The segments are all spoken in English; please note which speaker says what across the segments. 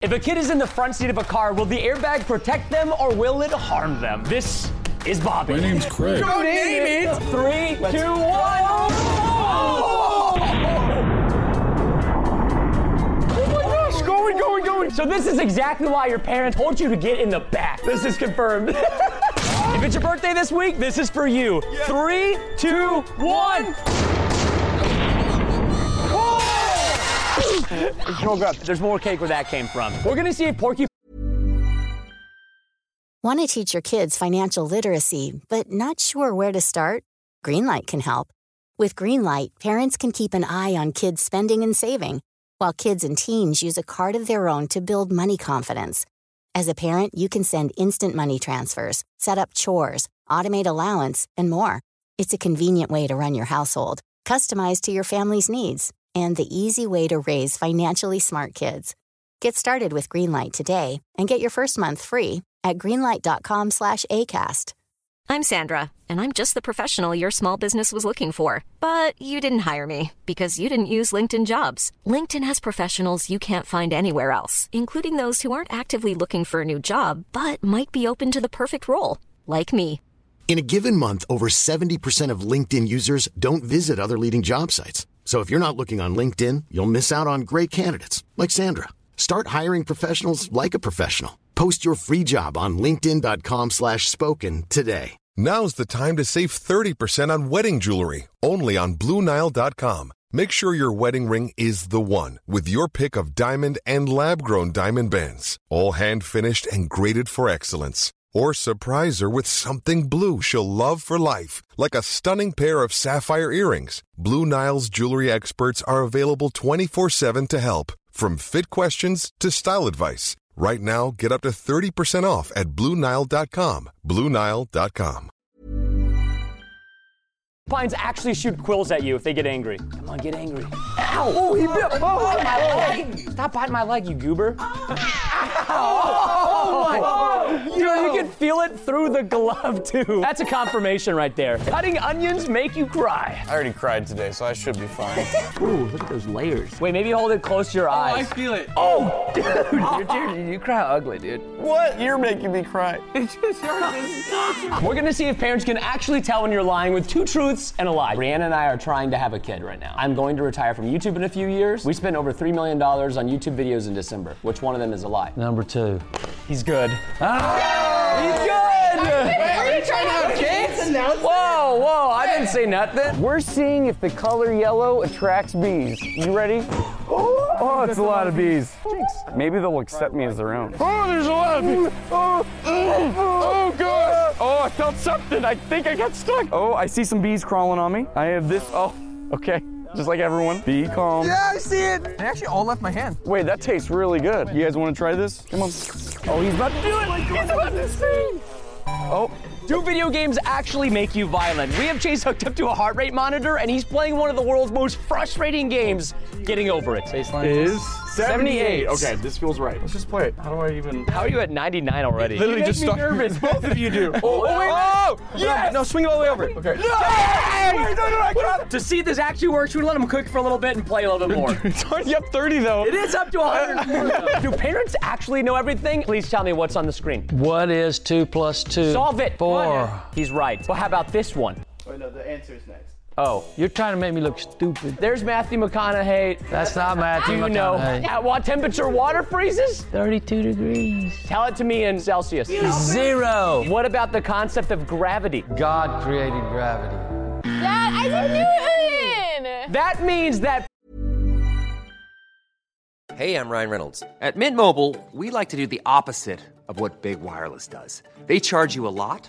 Speaker 1: If a kid is in the front seat of a car, will the airbag protect them or will it harm them? This is Bobby.
Speaker 2: My name's Craig.
Speaker 1: Don't name it. Three, two, one. Going, going, going. So this is exactly why your parents told you to get in the back. This is confirmed. if it's your birthday this week, this is for you. Three, two, one. There's more grub. There's more cake where that came from. We're gonna see if Porky
Speaker 3: Want to teach your kids financial literacy, but not sure where to start? Greenlight can help. With Greenlight, parents can keep an eye on kids' spending and saving, while kids and teens use a card of their own to build money confidence. As a parent, you can send instant money transfers, set up chores, automate allowance, and more. It's a convenient way to run your household, customized to your family's needs, and the easy way to raise financially smart kids. Get started with Greenlight today and get your first month free at greenlight.com slash ACAST.
Speaker 4: I'm Sandra, and I'm just the professional your small business was looking for. But you didn't hire me because you didn't use LinkedIn jobs. LinkedIn has professionals you can't find anywhere else, including those who aren't actively looking for a new job but might be open to the perfect role, like me.
Speaker 5: In a given month, over 70% of LinkedIn users don't visit other leading job sites. So if you're not looking on LinkedIn, you'll miss out on great candidates like Sandra. Start hiring professionals like a professional. Post your free job on linkedin.com/spoken slash spoken today.
Speaker 6: Now's the time to save 30% on wedding jewelry, only on BlueNile.com. Make sure your wedding ring is the one with your pick of diamond and lab grown diamond bands, all hand finished and graded for excellence. Or surprise her with something blue she'll love for life, like a stunning pair of sapphire earrings. Blue Nile's jewelry experts are available 24 7 to help, from fit questions to style advice. Right now, get up to 30% off at BlueNile.com. BlueNile.com.
Speaker 1: Pines actually shoot quills at you if they get angry. Come on, get angry. Ow! Oh, he bit. Oh, my leg! Stop biting my leg, you goober. Oh, my! You know, you can feel it through the glove too. That's a confirmation right there. Cutting onions make you cry.
Speaker 7: I already cried today, so I should be fine.
Speaker 1: Ooh, look at those layers. Wait, maybe hold it close to your eyes.
Speaker 8: feel it.
Speaker 1: Oh, dude.
Speaker 8: Dude, dude, you cry ugly, dude.
Speaker 7: what? You're making me cry.
Speaker 1: We're gonna see if parents can actually tell when you're lying with two truths and a lie. Brianna and I are trying to have a kid right now. I'm going to retire from YouTube in a few years. We spent over $3 million on YouTube videos in December. Which one of them is a lie?
Speaker 8: Number two.
Speaker 1: He's good.
Speaker 7: Ah!
Speaker 1: He's good!
Speaker 7: Are you trying to have kids?
Speaker 1: Whoa, whoa, I didn't say nothing.
Speaker 7: We're seeing if the color yellow attracts bees. You ready? Oh, it's a lot of bees. Maybe they'll accept me as their own. Oh, there's a lot of bees. Oh, oh God. Oh, I felt something. I think I got stuck. Oh, I see some bees crawling on me. I have this. Oh, okay. Just like everyone. Be calm.
Speaker 8: They actually all left my hand.
Speaker 7: Wait, that tastes really good. You guys want to try this? Come on. Oh, he's about to do it. He's about to sing. Oh,
Speaker 1: Do video games actually make you violent? We have Chase hooked up to a heart rate monitor, and he's playing one of the world's most frustrating games, getting over it.
Speaker 8: Baseline
Speaker 9: Is
Speaker 1: 78.
Speaker 9: Okay, this feels right. Let's just play it. How do I even?
Speaker 1: How are you at 99 already?
Speaker 9: Literally
Speaker 1: You make
Speaker 9: just
Speaker 1: me
Speaker 9: start-
Speaker 1: nervous.
Speaker 9: Both of you do.
Speaker 1: Oh, wait,
Speaker 7: Oh, yes!
Speaker 9: No, swing it all the way over. Okay.
Speaker 1: Wait,
Speaker 7: no, no, I got
Speaker 1: To see if this actually works, we let him cook for a little bit and play a little bit more.
Speaker 9: It's already up 30 though.
Speaker 1: it is up to 100. Do parents actually know everything? Please tell me what's on the screen.
Speaker 8: What is two plus two?
Speaker 1: Solve it.
Speaker 8: Four.
Speaker 1: He's right. Well, how about this one?
Speaker 10: Wait, Oh, no, the answer is next.
Speaker 1: Oh,
Speaker 8: You're trying to make me look stupid.
Speaker 1: there's Matthew McConaughey.
Speaker 8: That's not Matthew
Speaker 1: Do you know
Speaker 8: McConaughey.
Speaker 1: at what temperature water freezes?
Speaker 8: 32 degrees.
Speaker 1: Tell it to me in Celsius.
Speaker 8: Zero.
Speaker 1: What about the concept of gravity?
Speaker 8: God created gravity.
Speaker 11: Dad, Isaac Newton!
Speaker 1: That means that
Speaker 7: Hey, I'm Ryan Reynolds. At Mint Mobile, we like to do the opposite of what Big Wireless does. They charge you a lot,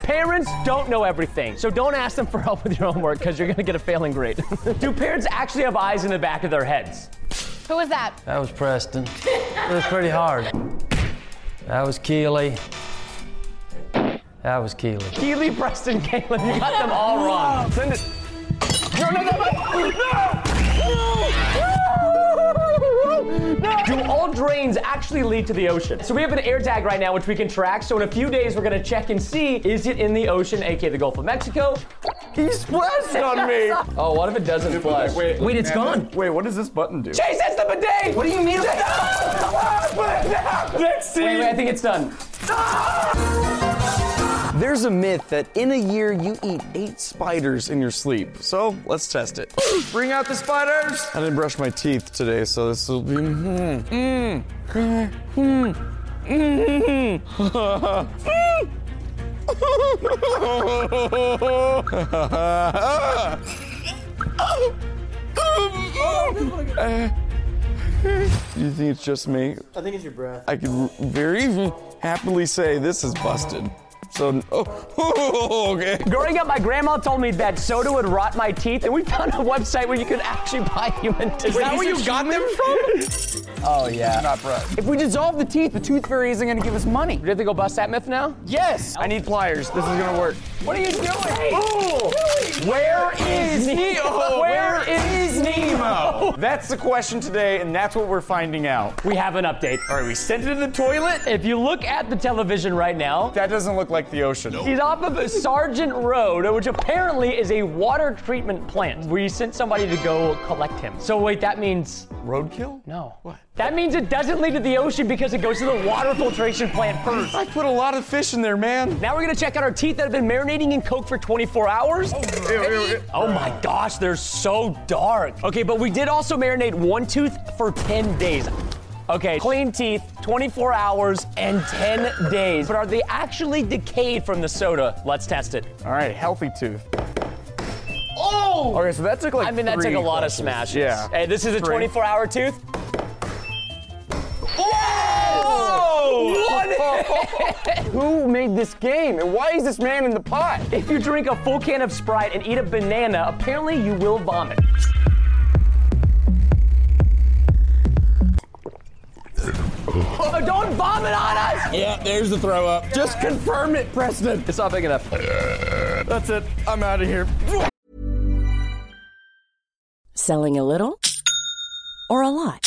Speaker 1: Parents don't know everything, so don't ask them for help with your homework because you're going to get a failing grade. Do parents actually have eyes in the back of their heads?
Speaker 11: Who was that?
Speaker 8: That was Preston. It was pretty hard. That was Keely. That was Keely.
Speaker 1: Keely, Preston, Caleb, you got them all wrong. Send it. No, no, no, no, no! No! Do all drains actually lead to the ocean? So we have an air tag right now, which we can track. So in a few days, we're gonna check and see is it in the ocean, aka the Gulf of Mexico? He splashed on me. Oh, what if it doesn't flush? Wait, it's gone.
Speaker 9: Wait, what does this button do?
Speaker 1: Chase, that's the bidet. What do you mean? No!
Speaker 9: Next
Speaker 1: Wait, wait, I think it's done.
Speaker 2: There's a myth that in a year you eat eight spiders in your sleep. So let's test it.
Speaker 9: Bring out the spiders!
Speaker 2: I didn't brush my teeth today, so this will be. Mm, mm, mm,
Speaker 9: Mm-hmm.
Speaker 2: mm, mm. You think it's just me?
Speaker 10: I think it's your breath.
Speaker 2: I can very happily say this is busted. So, oh, okay.
Speaker 1: Growing up, my grandma told me that soda would rot my teeth, and we found a website where you could actually buy human teeth. Is that where you got them from?
Speaker 2: Oh, yeah. Not bread.
Speaker 10: If we dissolve the teeth, the tooth fairy isn't gonna give us money.
Speaker 1: We have to go bust that myth now?
Speaker 10: Yes! I need pliers. This is gonna work.
Speaker 1: What are you doing? Where is Nemo? Where is Nemo?
Speaker 10: That's the question today, and that's what we're finding out.
Speaker 1: We have an update.
Speaker 10: All right, we sent it to the toilet.
Speaker 1: If you look at the television right now,
Speaker 10: That doesn't look like the ocean.
Speaker 1: he's off of Sargent Road, which apparently is a water treatment plant. We sent somebody to go collect him. So wait, that means
Speaker 10: Roadkill?
Speaker 1: no. What? That means it doesn't lead to the ocean because it goes to the water filtration plant first.
Speaker 10: I put a lot of fish in there, man.
Speaker 1: Now we're gonna check out our teeth that have been marinating in Coke for 24 hours. Oh my gosh, they're so dark. Okay, but we did also marinate one tooth for 10 days. Okay, clean teeth, 24 hours and 10 days. But are they actually decayed from the soda? Let's test it.
Speaker 10: All right, healthy tooth.
Speaker 1: Oh!
Speaker 10: Okay, so that took like
Speaker 1: I mean, that took
Speaker 10: three
Speaker 1: a lot
Speaker 10: questions.
Speaker 1: of smashes.
Speaker 10: Yeah.
Speaker 1: Hey, this is a
Speaker 10: Three.
Speaker 1: 24 hour tooth. Yes! One
Speaker 10: Who made this game, and why is this man in the pot?
Speaker 1: If you drink a full can of Sprite and eat a banana, apparently you will vomit. Oh, don't vomit on us!
Speaker 2: Yeah, there's the throw up. Just confirm it, Preston.
Speaker 1: It's not big enough.
Speaker 10: That's it. I'm out of here.
Speaker 12: Selling a little or a lot?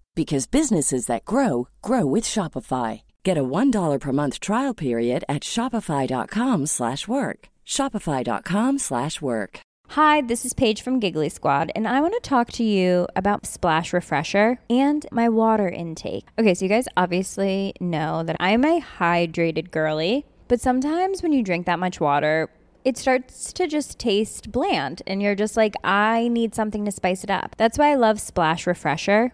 Speaker 12: because businesses that grow grow with Shopify. Get a $1 per month trial period at shopify.com/work. slash work. shopify.com/work. slash work.
Speaker 13: Hi, this is Paige from Giggly Squad, and I want to talk to you about Splash Refresher and my water intake. Okay, so you guys obviously know that I'm a hydrated girly, but sometimes when you drink that much water, it starts to just taste bland, and you're just like, I need something to spice it up. That's why I love Splash Refresher.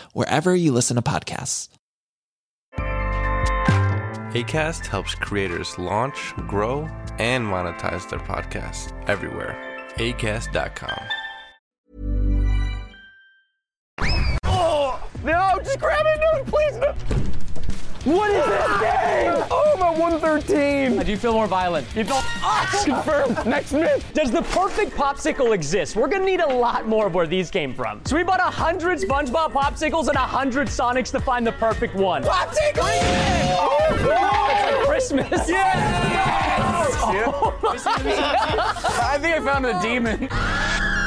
Speaker 14: wherever you listen to podcasts.
Speaker 15: ACAST helps creators launch, grow, and monetize their podcasts everywhere. ACAST.com.
Speaker 9: Oh, no, just grab it. No, please. No. What is this game? Oh, I'm at 113.
Speaker 1: Do you feel more violent? You feel
Speaker 9: ah, confirmed. Next myth.
Speaker 1: Does the perfect popsicle exist? We're gonna need a lot more of where these came from. So we bought a hundred SpongeBob popsicles and a hundred Sonics to find the perfect one.
Speaker 9: Popsicle!
Speaker 1: Oh, it's like Christmas.
Speaker 9: Yes!
Speaker 1: Oh
Speaker 9: I think I found a demon.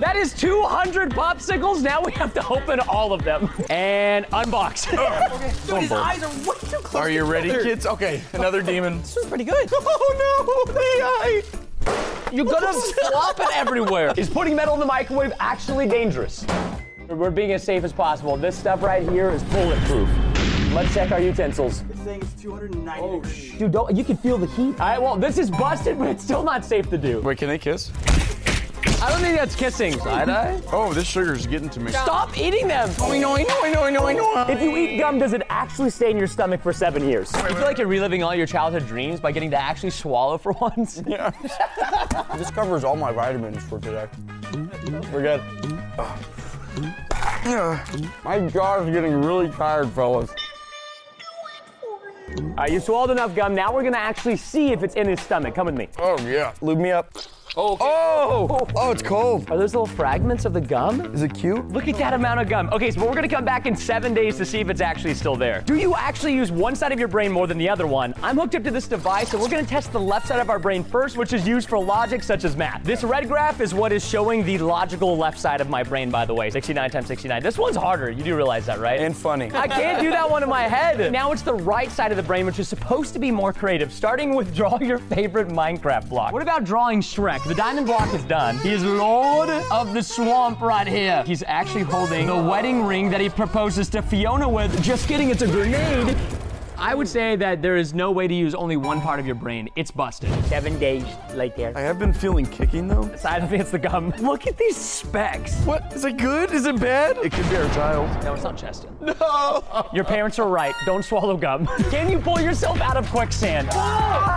Speaker 1: That is 200 popsicles. Now we have to open all of them and unbox.
Speaker 9: Dude, his eyes are way too close.
Speaker 2: Oh. Are you ready,
Speaker 9: together.
Speaker 2: kids? Okay, another demon.
Speaker 9: This was pretty good. Oh no, the eye.
Speaker 1: You're gonna flop it everywhere. Is putting metal in the microwave actually dangerous? We're being as safe as possible. This stuff right here is bulletproof. Let's check our utensils.
Speaker 16: This thing is 290 oh, degrees.
Speaker 1: Dude, don't, you can feel the heat. All right, well, this is busted, but it's still not safe to do.
Speaker 2: Wait, can they kiss?
Speaker 1: I don't think that's kissing.
Speaker 2: Side eye? Oh, this sugar's getting to me.
Speaker 1: Stop eating them.
Speaker 9: I know, I know, I know, I know, I know.
Speaker 1: If you eat gum, does it actually stay in your stomach for seven years? You feel like you're reliving all your childhood dreams by getting to actually swallow for once?
Speaker 2: Yeah.
Speaker 16: This covers all my vitamins for today.
Speaker 2: We're good.
Speaker 16: My jaw's getting really tired, fellas.
Speaker 1: All right, you swallowed enough gum. Now we're gonna actually see if it's in his stomach. Come with me.
Speaker 2: Oh, yeah.
Speaker 16: Lube me up.
Speaker 1: Oh, okay.
Speaker 2: Oh! Oh, it's cold.
Speaker 1: Are those little fragments of the gum?
Speaker 2: Is it cute?
Speaker 1: Look at that amount of gum. Okay, so we're gonna come back in seven days to see if it's actually still there. Do you actually use one side of your brain more than the other one? I'm hooked up to this device, so we're gonna test the left side of our brain first, which is used for logic such as math. This red graph is what is showing the logical left side of my brain, by the way. 69 times 69. This one's harder. You do realize that, right?
Speaker 2: And funny.
Speaker 1: I can't do that one in my head. Now it's the right side of the brain, which is supposed to be more creative, starting with draw your favorite Minecraft block. What about drawing Shrek? The diamond block is done. He is Lord of the Swamp right here. He's actually holding the wedding ring that he proposes to Fiona with. Just kidding, it's a grenade. I would say that there is no way to use only one part of your brain. It's busted. Seven days right there.
Speaker 2: I have been feeling kicking though.
Speaker 1: I don't think it's the gum. Look at these specks.
Speaker 2: What? Is it good? Is it bad? It could be our child.
Speaker 1: No, it's not Cheston.
Speaker 2: No!
Speaker 1: Your parents are right. Don't swallow gum. Can you pull yourself out of quicksand?
Speaker 2: All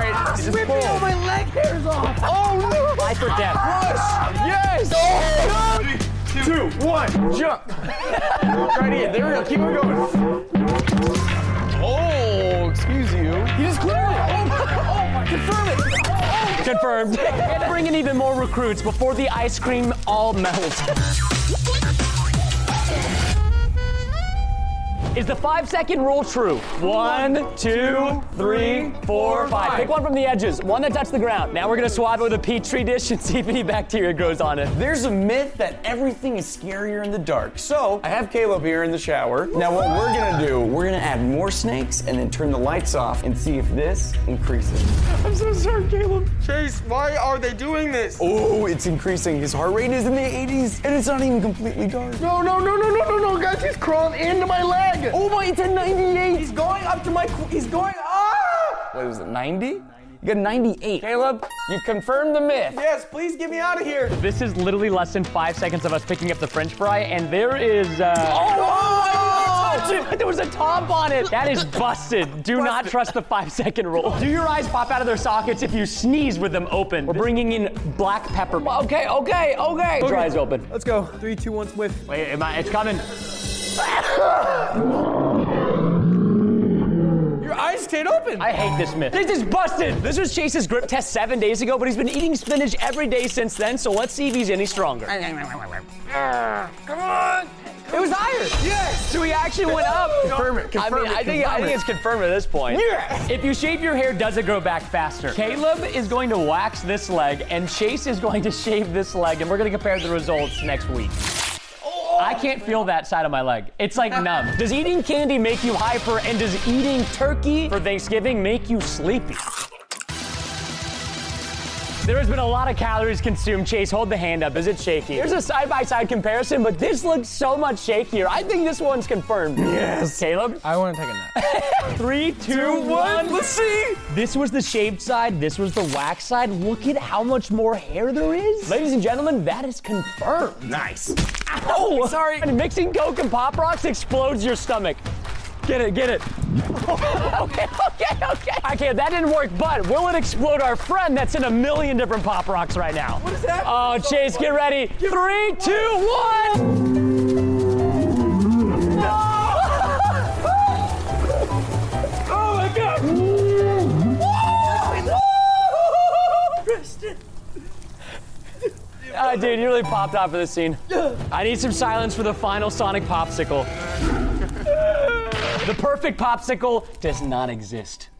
Speaker 2: right, just
Speaker 16: Whipping all my leg hairs off.
Speaker 2: Oh no!
Speaker 1: Life or death.
Speaker 2: Push! Yes!
Speaker 9: Oh,
Speaker 2: Jump!
Speaker 9: Two, one, jump.
Speaker 2: Right in. There we go. Keep it going. Oh, excuse you.
Speaker 9: He just cleared it. Oh my, oh my, confirm it. Oh,
Speaker 1: Confirmed. and bring in even more recruits before the ice cream all melts. Is the five second rule true? One, two, three, four, five. Pick one from the edges, one that touched the ground. Now we're gonna swab it with a petri dish and see if any bacteria grows on it.
Speaker 16: There's a myth that everything is scarier in the dark. So I have Caleb here in the shower. Now what we're gonna do, we're gonna add more snakes and then turn the lights off and see if this increases.
Speaker 9: I'm so sorry, Caleb.
Speaker 16: Chase, why are they doing this?
Speaker 2: Oh, it's increasing. His heart rate is in the 80s, and it's not even completely dark.
Speaker 9: No, no, no, no, no, no, no, guys, he's crawling into my leg.
Speaker 16: Oh my, it's at 98. He's going up to my, qu- he's going, ah! What is it, 90? You got 98. Caleb, you've confirmed the myth.
Speaker 9: Yes, please get me out of here.
Speaker 1: This is literally less than five seconds of us picking up the french fry, and there is. Uh...
Speaker 9: Oh, I didn't touch it.
Speaker 1: There was a top on it. That is busted. Do not trust the five second rule. Do your eyes pop out of their sockets if you sneeze with them open? We're bringing in black pepper.
Speaker 16: Okay, okay, okay.
Speaker 1: Put your eyes open.
Speaker 16: Let's go. Three, two, one, swift.
Speaker 1: Wait, am I, it's coming.
Speaker 9: Your eyes stayed open.
Speaker 1: I hate this myth. This is busted. This was Chase's grip test seven days ago, but he's been eating spinach every day since then, so let's see if he's any stronger.
Speaker 9: Come on.
Speaker 1: It was higher.
Speaker 9: Yes.
Speaker 1: So he actually went up.
Speaker 2: Confirm it,
Speaker 1: I mean,
Speaker 2: confirm it,
Speaker 1: I think I
Speaker 2: confirm
Speaker 1: think
Speaker 2: it.
Speaker 1: it's confirmed at this point.
Speaker 9: Yeah.
Speaker 1: If you shave your hair, does it grow back faster? Caleb is going to wax this leg, and Chase is going to shave this leg, and we're going to compare the results next week.
Speaker 9: Oh,
Speaker 1: I can't feel that side of my leg. It's like numb. Does eating candy make you hyper? And does eating turkey for Thanksgiving make you sleepy? There has been a lot of calories consumed. Chase, hold the hand up. Is it shaky? Here's a side by side comparison, but this looks so much shakier. I think this one's confirmed. Yes. Caleb?
Speaker 9: I want to take a nap.
Speaker 1: Three, two, one. Let's see. This was the shaved side. This was the wax side. Look at how much more hair there is. Ladies and gentlemen, that is confirmed.
Speaker 9: Nice.
Speaker 1: Oh, sorry. And mixing Coke and Pop Rocks explodes your stomach. Get it, get it. okay, okay, okay. Okay, that didn't work, but will it explode our friend that's in a million different Pop Rocks right now? What is that? Oh, Chase, get ready. Three, two, one.
Speaker 9: Oh my god!
Speaker 1: Oh
Speaker 9: Woo! Kristen!
Speaker 1: Ah, dude, you really popped out for this scene. I need some silence for the final Sonic popsicle. The perfect popsicle does not exist.